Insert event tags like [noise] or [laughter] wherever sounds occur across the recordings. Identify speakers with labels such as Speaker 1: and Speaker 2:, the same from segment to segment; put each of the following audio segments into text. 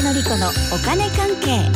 Speaker 1: お金関係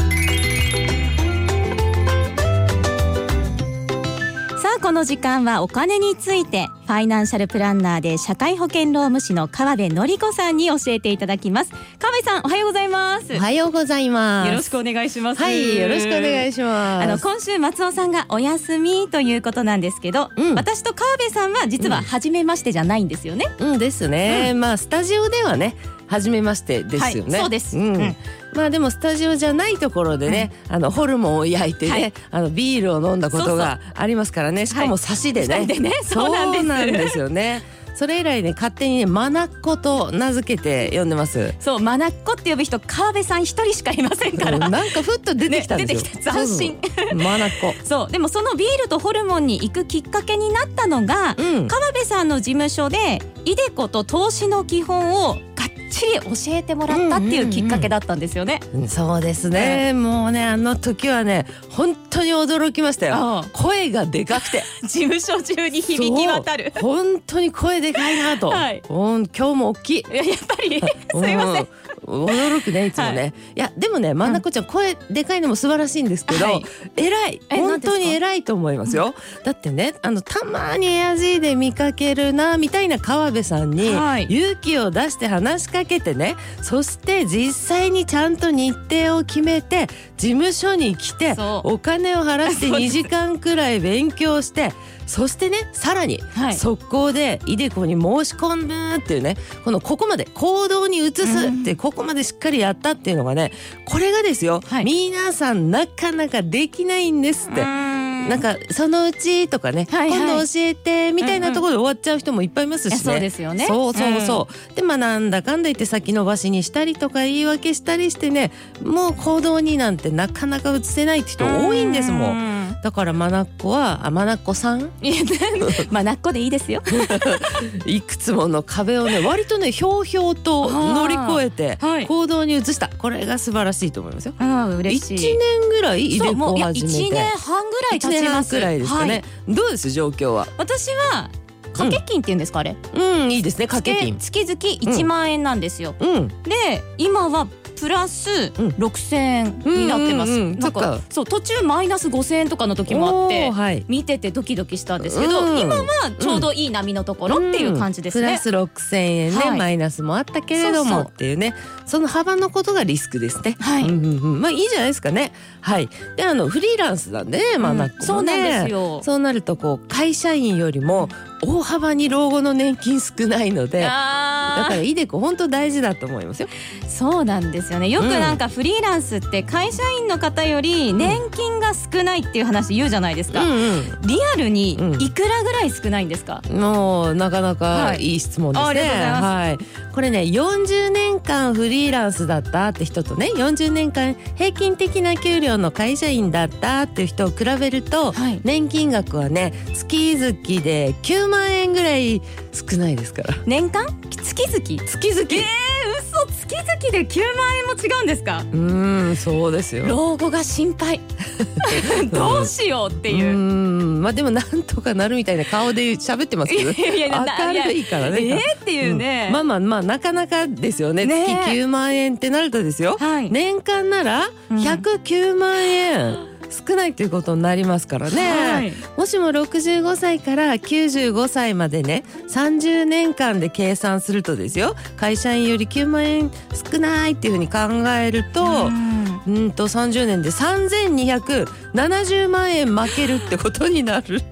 Speaker 1: さあこの時間はお金についてファイナンシャルプランナーで社会保険労務士の川辺典子さんに教えていただきます川辺さんおはようございます
Speaker 2: おはようございます。
Speaker 1: よろしくお願いします
Speaker 2: はい、よろしくお願いします。
Speaker 1: あの今週松尾さんがお休みということなんですけど、
Speaker 2: うん
Speaker 1: 私と川辺さんは実は初めましてじゃないんですよね、
Speaker 2: うんですね、まあスタジオではね初めましてで
Speaker 1: はい
Speaker 2: すよね、
Speaker 1: そうです
Speaker 2: ん
Speaker 1: うん
Speaker 2: まあでもスタジオじゃないところでね、あのホルモンを焼いてね、
Speaker 1: はい
Speaker 2: あのビールを飲んだことがありますからねしか
Speaker 1: は
Speaker 2: も
Speaker 1: い
Speaker 2: 差しでね,、
Speaker 1: 差しでね [laughs] そうなんです
Speaker 2: そうなんですよねそれ以来ね勝手にねマナッコと名付けて呼んでます
Speaker 1: そうマナッコって呼ぶ人川辺さん一人しかいませんから、
Speaker 2: なんかふっと出てきたんですよ、
Speaker 1: ね出てきた斬新
Speaker 2: そうそうマナッコ
Speaker 1: そうでもそのビールとホルモンに行くきっかけになったのが、
Speaker 2: うん
Speaker 1: 川辺さんの事務所でイデコと投資の基本をがっちり教えてもらったっていうきっかけだったんですよね、
Speaker 2: そうですね、もうねあの時はね本当に驚きました
Speaker 1: あ
Speaker 2: よ
Speaker 1: あ
Speaker 2: 声がでかくて
Speaker 1: 事務所中に響き渡る
Speaker 2: そう本当に声でかいなと、
Speaker 1: はい
Speaker 2: うん今日も大きい
Speaker 1: いややっぱり [laughs] すいません、
Speaker 2: うん驚くねいつもね、、
Speaker 1: はい
Speaker 2: やでもね真ん中ちゃん、声でかいのも素晴らしいんですけど、
Speaker 1: はい
Speaker 2: 偉い
Speaker 1: え
Speaker 2: 本当に偉いと思いますよだってねあのたまにエアジーで見かけるなみたいな川辺さんに、
Speaker 1: はい
Speaker 2: 勇気を出して話しかけてねそして実際にちゃんと日程を決めて事務所に来て
Speaker 1: そう
Speaker 2: お金を払っ
Speaker 1: [laughs] そ
Speaker 2: て
Speaker 1: うで
Speaker 2: 2
Speaker 1: す
Speaker 2: 時間くらい勉強してそしてねさらに
Speaker 1: はい
Speaker 2: 速攻でイデコに申し込むっていうねこのここまで行動に移すってここまでしっかりやったっていうのがねこれがですよ、
Speaker 1: はい
Speaker 2: 皆さんなかなかできないんですって。
Speaker 1: な
Speaker 2: なんかそのうちとかね、
Speaker 1: はいはい
Speaker 2: 今度教えてみたいなところで終わっちゃう人もいっぱいいますしね。
Speaker 1: そうですよね
Speaker 2: そうそうそう。でまあなんだかんだ言って先延ばしにしたりとか言い訳したりしてねもう行動になんてなかなか移せないって人多いんですもん。
Speaker 1: ん
Speaker 2: だからマナッコはあマナッコさん
Speaker 1: いや
Speaker 2: [laughs]
Speaker 1: マナッコでいいですよ
Speaker 2: いくつもの壁をね割とねひょうひょうと乗り越えて
Speaker 1: あーはい
Speaker 2: 行動に移したこれが素晴らしいと思いますよ。
Speaker 1: あー嬉し
Speaker 2: 一
Speaker 1: い
Speaker 2: 年ぐらいイ
Speaker 1: そ
Speaker 2: デ
Speaker 1: う
Speaker 2: コ
Speaker 1: もう
Speaker 2: を
Speaker 1: いや
Speaker 2: 始めて
Speaker 1: 1年半ぐらい経ち
Speaker 2: 一年
Speaker 1: ま
Speaker 2: 半
Speaker 1: す
Speaker 2: くらいですかね、どうです状況は
Speaker 1: はい、私は掛け金っていうんですかあれ
Speaker 2: うんいいですね掛け金
Speaker 1: 月月々1万円なんですよ、
Speaker 2: うん
Speaker 1: で今はプラス
Speaker 2: うん
Speaker 1: 6000円になってます、
Speaker 2: うんうんうん
Speaker 1: なん
Speaker 2: そ
Speaker 1: か
Speaker 2: っか
Speaker 1: そう途中マイナス5000円とかの時もあって
Speaker 2: おーはい
Speaker 1: 見ててドキドキしたんですけど、
Speaker 2: うん
Speaker 1: 今はちょうどいい波のところっていう感じです
Speaker 2: プ
Speaker 1: ね、
Speaker 2: ラス6000円ね、
Speaker 1: はい
Speaker 2: マイナスもあったけれど
Speaker 1: そう
Speaker 2: も
Speaker 1: そう
Speaker 2: っていうねその幅のことがリスクですね
Speaker 1: はい
Speaker 2: うんうんうんまあいいじゃないですかねはいであのフリーランスなんでねまあ、
Speaker 1: うん
Speaker 2: なっこもね
Speaker 1: そうなんですよ
Speaker 2: そうなるとこう会社員よりも大幅に老後の年金少ないのでだ
Speaker 1: あ
Speaker 2: か
Speaker 1: ー
Speaker 2: らイデコ本当大事だと思いますよ
Speaker 1: そうなんですよねよくなんかフリーランスって会社員の方より年金が少ないっていう話言うじゃないですか、リアルに
Speaker 2: うん
Speaker 1: いくらぐらい少ないんですか、
Speaker 2: もうなかな
Speaker 1: は
Speaker 2: か
Speaker 1: い
Speaker 2: いい質問ですね。
Speaker 1: あありがとうございます
Speaker 2: はい、これね、40年間フリーランスだったって人とね、40年間平均的な給料の会社員だったっていう人を比べると、
Speaker 1: はい
Speaker 2: 年金額はね、月々で9万円ぐらい少ないですから。
Speaker 1: 年間月々
Speaker 2: 月々。
Speaker 1: 嘘月々で9万円も違うんですか
Speaker 2: うーん、そうですよ。
Speaker 1: 老後が心配 [laughs] どうしようって
Speaker 2: うー
Speaker 1: いう。
Speaker 2: ん、まあでもなんとかなるみたいな顔で喋ってます
Speaker 1: い
Speaker 2: けど
Speaker 1: や。いやいや
Speaker 2: 明
Speaker 1: な
Speaker 2: る
Speaker 1: い
Speaker 2: いから
Speaker 1: や
Speaker 2: ね。
Speaker 1: えーっていうね、
Speaker 2: んまあまあまあなかなかですよね
Speaker 1: ねえ
Speaker 2: 月9万円ってなるとですよ、
Speaker 1: はい
Speaker 2: 年間なら
Speaker 1: うん
Speaker 2: 109万円、少ないということになりますからね、
Speaker 1: はい
Speaker 2: もしも65歳から95歳までね30年間で計算するとですよ会社員より9万円少ないっていうふうに考えると、
Speaker 1: うん
Speaker 2: うんと30年で3270万円負けるってことになる。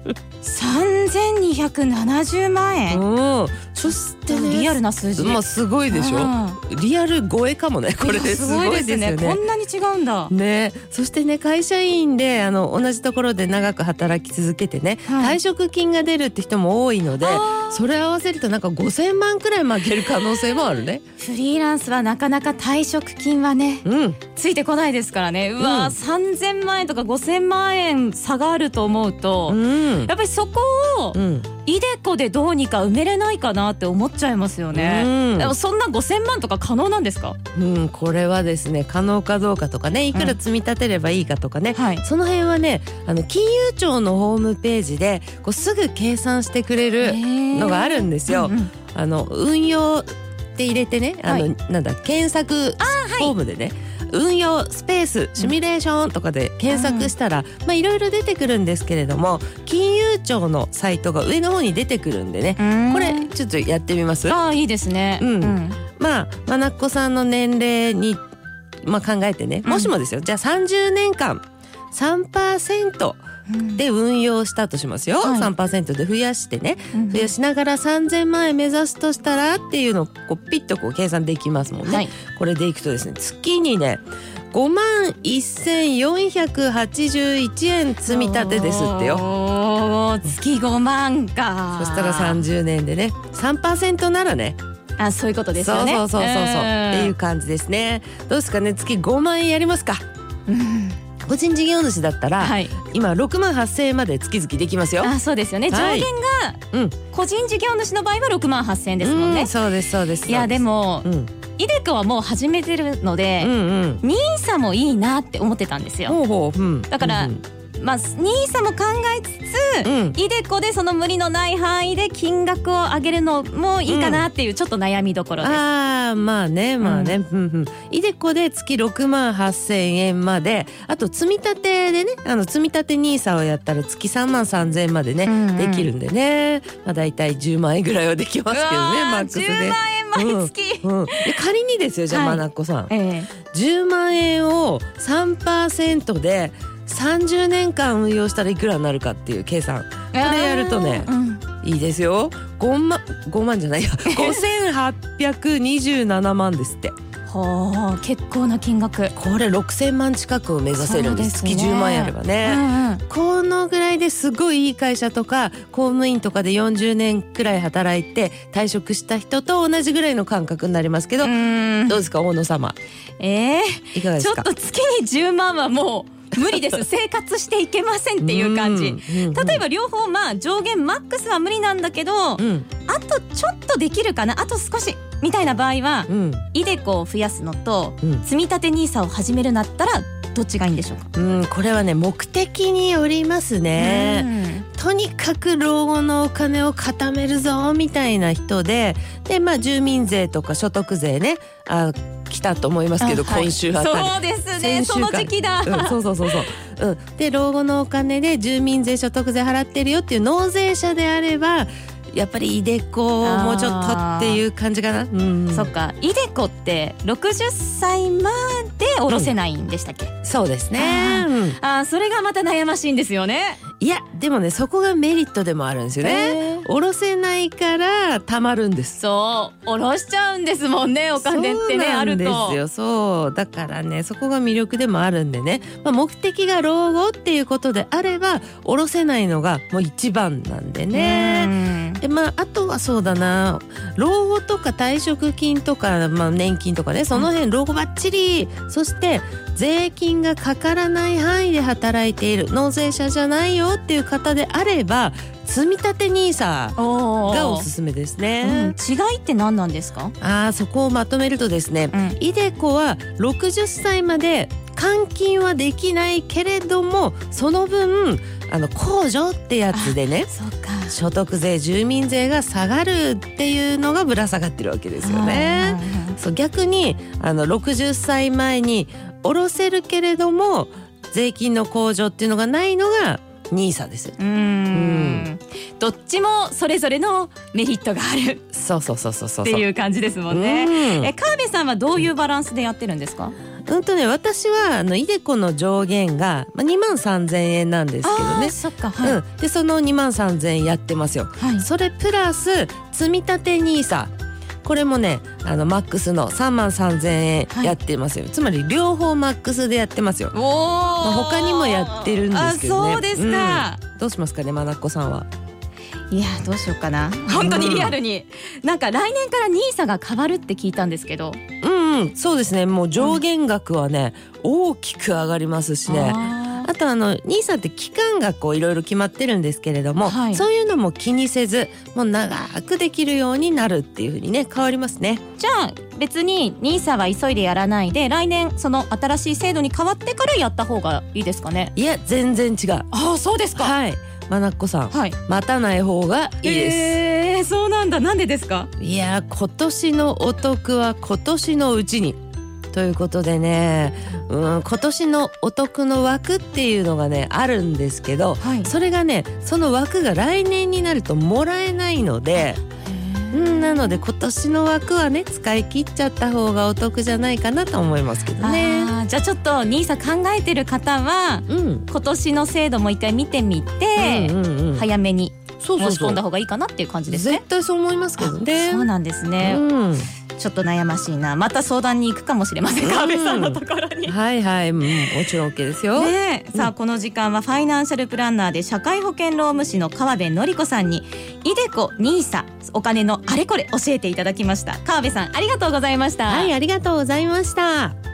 Speaker 1: 3270万円、
Speaker 2: うん、そしてね
Speaker 1: リアルな数字、
Speaker 2: まあすごいでしょ、リアル超えかもねこれ
Speaker 1: いや
Speaker 2: ですごいですよね。
Speaker 1: こんなに違うんだ
Speaker 2: ね、そしてね会社員であの同じところで長く働き続けてね、
Speaker 1: はい
Speaker 2: 退職金が出るって人も多いので
Speaker 1: あー
Speaker 2: それ合わせるとなんか5,000万くらい負ける可能性もあるね。
Speaker 1: フリーランスはなかなか退職金はね
Speaker 2: うん、
Speaker 1: ついてこないですからねうわ、
Speaker 2: うん
Speaker 1: 3000万円とか5000万円差があると思うと、
Speaker 2: うん
Speaker 1: やっぱりそこを
Speaker 2: うん
Speaker 1: イデコでどうにか埋めれないかなって思っちゃいますよね。
Speaker 2: うん
Speaker 1: でもそんな5000万とか可能なんですか？
Speaker 2: うん、これはですね可能かどうかとかねいくら積み立てればいいかとかね、
Speaker 1: はい。
Speaker 2: その辺はねあの金融庁のホームページでこうすぐ計算してくれるのがあるんですよ。
Speaker 1: うんうん
Speaker 2: あの運用って入れてね、あの、
Speaker 1: は
Speaker 2: なんだ検索フォームでねあ,、運用スペースシミュレーションとかで検索したら、まあいろいろ出てくるんですけれども金融庁のサイトが上の方に出てくるんでね
Speaker 1: うん
Speaker 2: これちょっとやってみます
Speaker 1: ああいいですね。
Speaker 2: うんまあまなっこさんの年齢に、まあ、考えてねもしもですよ、じゃあ30年間3%
Speaker 1: うん
Speaker 2: で運用したとしますよ、
Speaker 1: はい
Speaker 2: 3%で増やしてね
Speaker 1: うん
Speaker 2: 増やしながら3,000万円目指すとしたらっていうのをこうピッとこう計算できますもんね。
Speaker 1: はい
Speaker 2: これでいくとですね月にね5万1,481円積み立てですってよ。
Speaker 1: おー月五万か。
Speaker 2: そしたら30年でね3%ならね
Speaker 1: あそういうことですよね。
Speaker 2: そうそうそうそうそうっていうう感じですねどうですかね月5万円やりますか
Speaker 1: うん。
Speaker 2: 個人事業主だったら、
Speaker 1: はい。
Speaker 2: 今6万8,000円まで月々できますよ。
Speaker 1: あそうですよね。上
Speaker 2: はい
Speaker 1: 限
Speaker 2: う
Speaker 1: が
Speaker 2: ん
Speaker 1: 個人事業主の場合は六万八千円ですもん
Speaker 2: う
Speaker 1: ね。
Speaker 2: そうですそうです。
Speaker 1: いやでも
Speaker 2: うん、
Speaker 1: イデコはもう始めてるの
Speaker 2: うん
Speaker 1: で、
Speaker 2: うん
Speaker 1: ニーサもいいなって思ってたんですよ。
Speaker 2: ほうほううん
Speaker 1: だから
Speaker 2: うん
Speaker 1: まあニーサも考えつつ
Speaker 2: う。んうん
Speaker 1: イデコでその無理のない範囲で金額を上げるのもいいかなっていうちょっと悩みどころです。
Speaker 2: ああまあねまあね、うんうん、いでこで月6万8,000円まであと積み立てでねあの積み立て NISA をやったら月3万3,000円までね、
Speaker 1: うんうん
Speaker 2: できるんでね、まあ、大体10万円ぐらいはできますけどねマックス
Speaker 1: 十
Speaker 2: で。
Speaker 1: 万円毎月。
Speaker 2: うん、で仮にですよじゃあ、
Speaker 1: はい
Speaker 2: まなっこさん
Speaker 1: ええ
Speaker 2: 10万円を3%で30年間運用したらいくらになるかっていう計算
Speaker 1: こ
Speaker 2: れやるとね
Speaker 1: うん、
Speaker 2: いいですよ5万5万じゃな
Speaker 1: [laughs]
Speaker 2: いや5827万ですって
Speaker 1: ほう結構な金額。
Speaker 2: これ6000万近くを目指せるんです
Speaker 1: そうですね
Speaker 2: 月10万円あれば
Speaker 1: う
Speaker 2: ね、
Speaker 1: んうん
Speaker 2: このぐらいですごいいい会社とか公務員とかで40年くらい働いて退職した人と同じぐらいの感覚になりますけど、
Speaker 1: うん
Speaker 2: どうですか大野様
Speaker 1: ええ
Speaker 2: いかがで
Speaker 1: ちょ
Speaker 2: す
Speaker 1: っ
Speaker 2: か
Speaker 1: と月に10万はもう無理
Speaker 2: [laughs]
Speaker 1: です生活していけませんっていう感じ。
Speaker 2: うん、うん
Speaker 1: 例えば両方まあ上限マックスは無理なんだけど、
Speaker 2: うん
Speaker 1: あとちょっとできるかなあと少しみたいな場合は、
Speaker 2: うん
Speaker 1: イデコを増やすのと
Speaker 2: うん
Speaker 1: 積み立て NISA を始めるなったらどっちがいいんでしょうか、
Speaker 2: うん、これはね目的によりますね、とにかく老後のお金を固めるぞみたいな人ででまあ住民税とか所得税ねあ来たと思いますけど、
Speaker 1: あはい
Speaker 2: 今週あたり。
Speaker 1: そうですね
Speaker 2: 先
Speaker 1: そ
Speaker 2: 週か
Speaker 1: の時期だ、
Speaker 2: うん、そうそうそうそう、うん、で老後のお金で住民税所得税払ってるよっていう納税者であればやっぱりいでこをもうちょっとっていう感じかな、うん、
Speaker 1: そっかイデコって60歳まで下ろせないんでしたっけ、
Speaker 2: そうです
Speaker 1: あ
Speaker 2: ね、うん
Speaker 1: あーそれがまた悩ましいんですよね
Speaker 2: いやでもねそこがメリットでもあるんですよね、
Speaker 1: えー
Speaker 2: 下ろせないからたまるんです
Speaker 1: そう下ろしちゃうんですもんねお金ってねあると
Speaker 2: そうなんですよそうだからねそこが魅力でもあるんでね、まあ、目的が老後っていうことであれば下ろせないのがもう一番なんでね。
Speaker 1: ね
Speaker 2: でまあ、あとはそうだな老後とか退職金とか、まあ、年金とかねその辺老後ばっちりそして税金がかからない範囲で働いている納税者じゃないよっていう方であれば積み立て NISA
Speaker 1: おー
Speaker 2: がおすすめです
Speaker 1: うん
Speaker 2: ね。
Speaker 1: 違いって何なんですか、
Speaker 2: ああそこをまとめるとですね
Speaker 1: うん
Speaker 2: イデコは60歳まで換金はできないけれどもその分あの控除ってやつでね
Speaker 1: そうか
Speaker 2: 所得税住民税が下がるっていうのがぶら下がってるわけですよね。そう逆にあの60歳前に下ろせるけれども税金の控除っていうのがないのが NISA です。
Speaker 1: うんうんどっちもそれぞれのメリットがある
Speaker 2: そうそうそうそうそうそ
Speaker 1: っ
Speaker 2: う。
Speaker 1: ていう感じですもんね。
Speaker 2: うん
Speaker 1: え川辺さんはどういうバランスでやってるんですか。
Speaker 2: うんとね私はあのイデコの上限が2万3,000円なんですけど
Speaker 1: あ
Speaker 2: ね
Speaker 1: ー。そっかはい、
Speaker 2: うん、でその2万3,000円やってますよ。
Speaker 1: はい
Speaker 2: それプラス積み立て NISA これもねあのマックスの3万3,000円
Speaker 1: はい
Speaker 2: やってますよ、つまり両方マックスでやってますよ。
Speaker 1: おお、
Speaker 2: まあ他にもやってるんですけどね
Speaker 1: あそうですか、
Speaker 2: どうしますかねまなっこさんは。
Speaker 1: いやどうしようかな本当にリアルに、なんか来年からニーサが変わるって聞いたんですけど、
Speaker 2: うん、うん、そうですねもう上限額はね、大きく上がりますしね。
Speaker 1: あー
Speaker 2: あとあの NISA って期間がこういろいろ決まってるんですけれども、
Speaker 1: はい
Speaker 2: そういうのも気にせずもう長くできるようになるっていうふうにね変わりますね。
Speaker 1: じゃあ別にニーサは急いでやらないで来年その新しい制度に変わってからやった方がいいですかね
Speaker 2: いや全然違う。
Speaker 1: ああそうです
Speaker 2: はい、まなっこさん、
Speaker 1: はい
Speaker 2: 待たない方がいいです。
Speaker 1: えー、そうなんだなんでですか
Speaker 2: いやー今年のお得は今年のうちに。ということでね、うん、今年のお得の枠っていうのがねあるんですけど
Speaker 1: はい
Speaker 2: それがねその枠が来年になるともらえないので、うん、なので今年の枠はね使い切っちゃった方がお得じゃないかなと思いますけどね。
Speaker 1: あーじゃあちょっとニーサ考えてる方は
Speaker 2: うん、
Speaker 1: 今年の制度も一回見てみて、
Speaker 2: うんうんうん
Speaker 1: 早めに
Speaker 2: そうそう
Speaker 1: 申し
Speaker 2: そう
Speaker 1: 込んだ方がいいかなっていう感じですね。
Speaker 2: 絶対そう思いますけどね。
Speaker 1: そうなんですね、
Speaker 2: うん
Speaker 1: ちょっと悩ましいなまた相談に行くかもしれません
Speaker 2: うん
Speaker 1: 川辺さんのところに。
Speaker 2: はいはい、うんもちろん OK ですよ。
Speaker 1: [laughs] ねえ、さ
Speaker 2: う
Speaker 1: あこの時間はファイナンシャルプランナーで社会保険労務士の川辺典子さんにイデコニーサお金のあれこれ教えていただきました川辺さんありがとうございました、
Speaker 2: はい、ありがとうございました。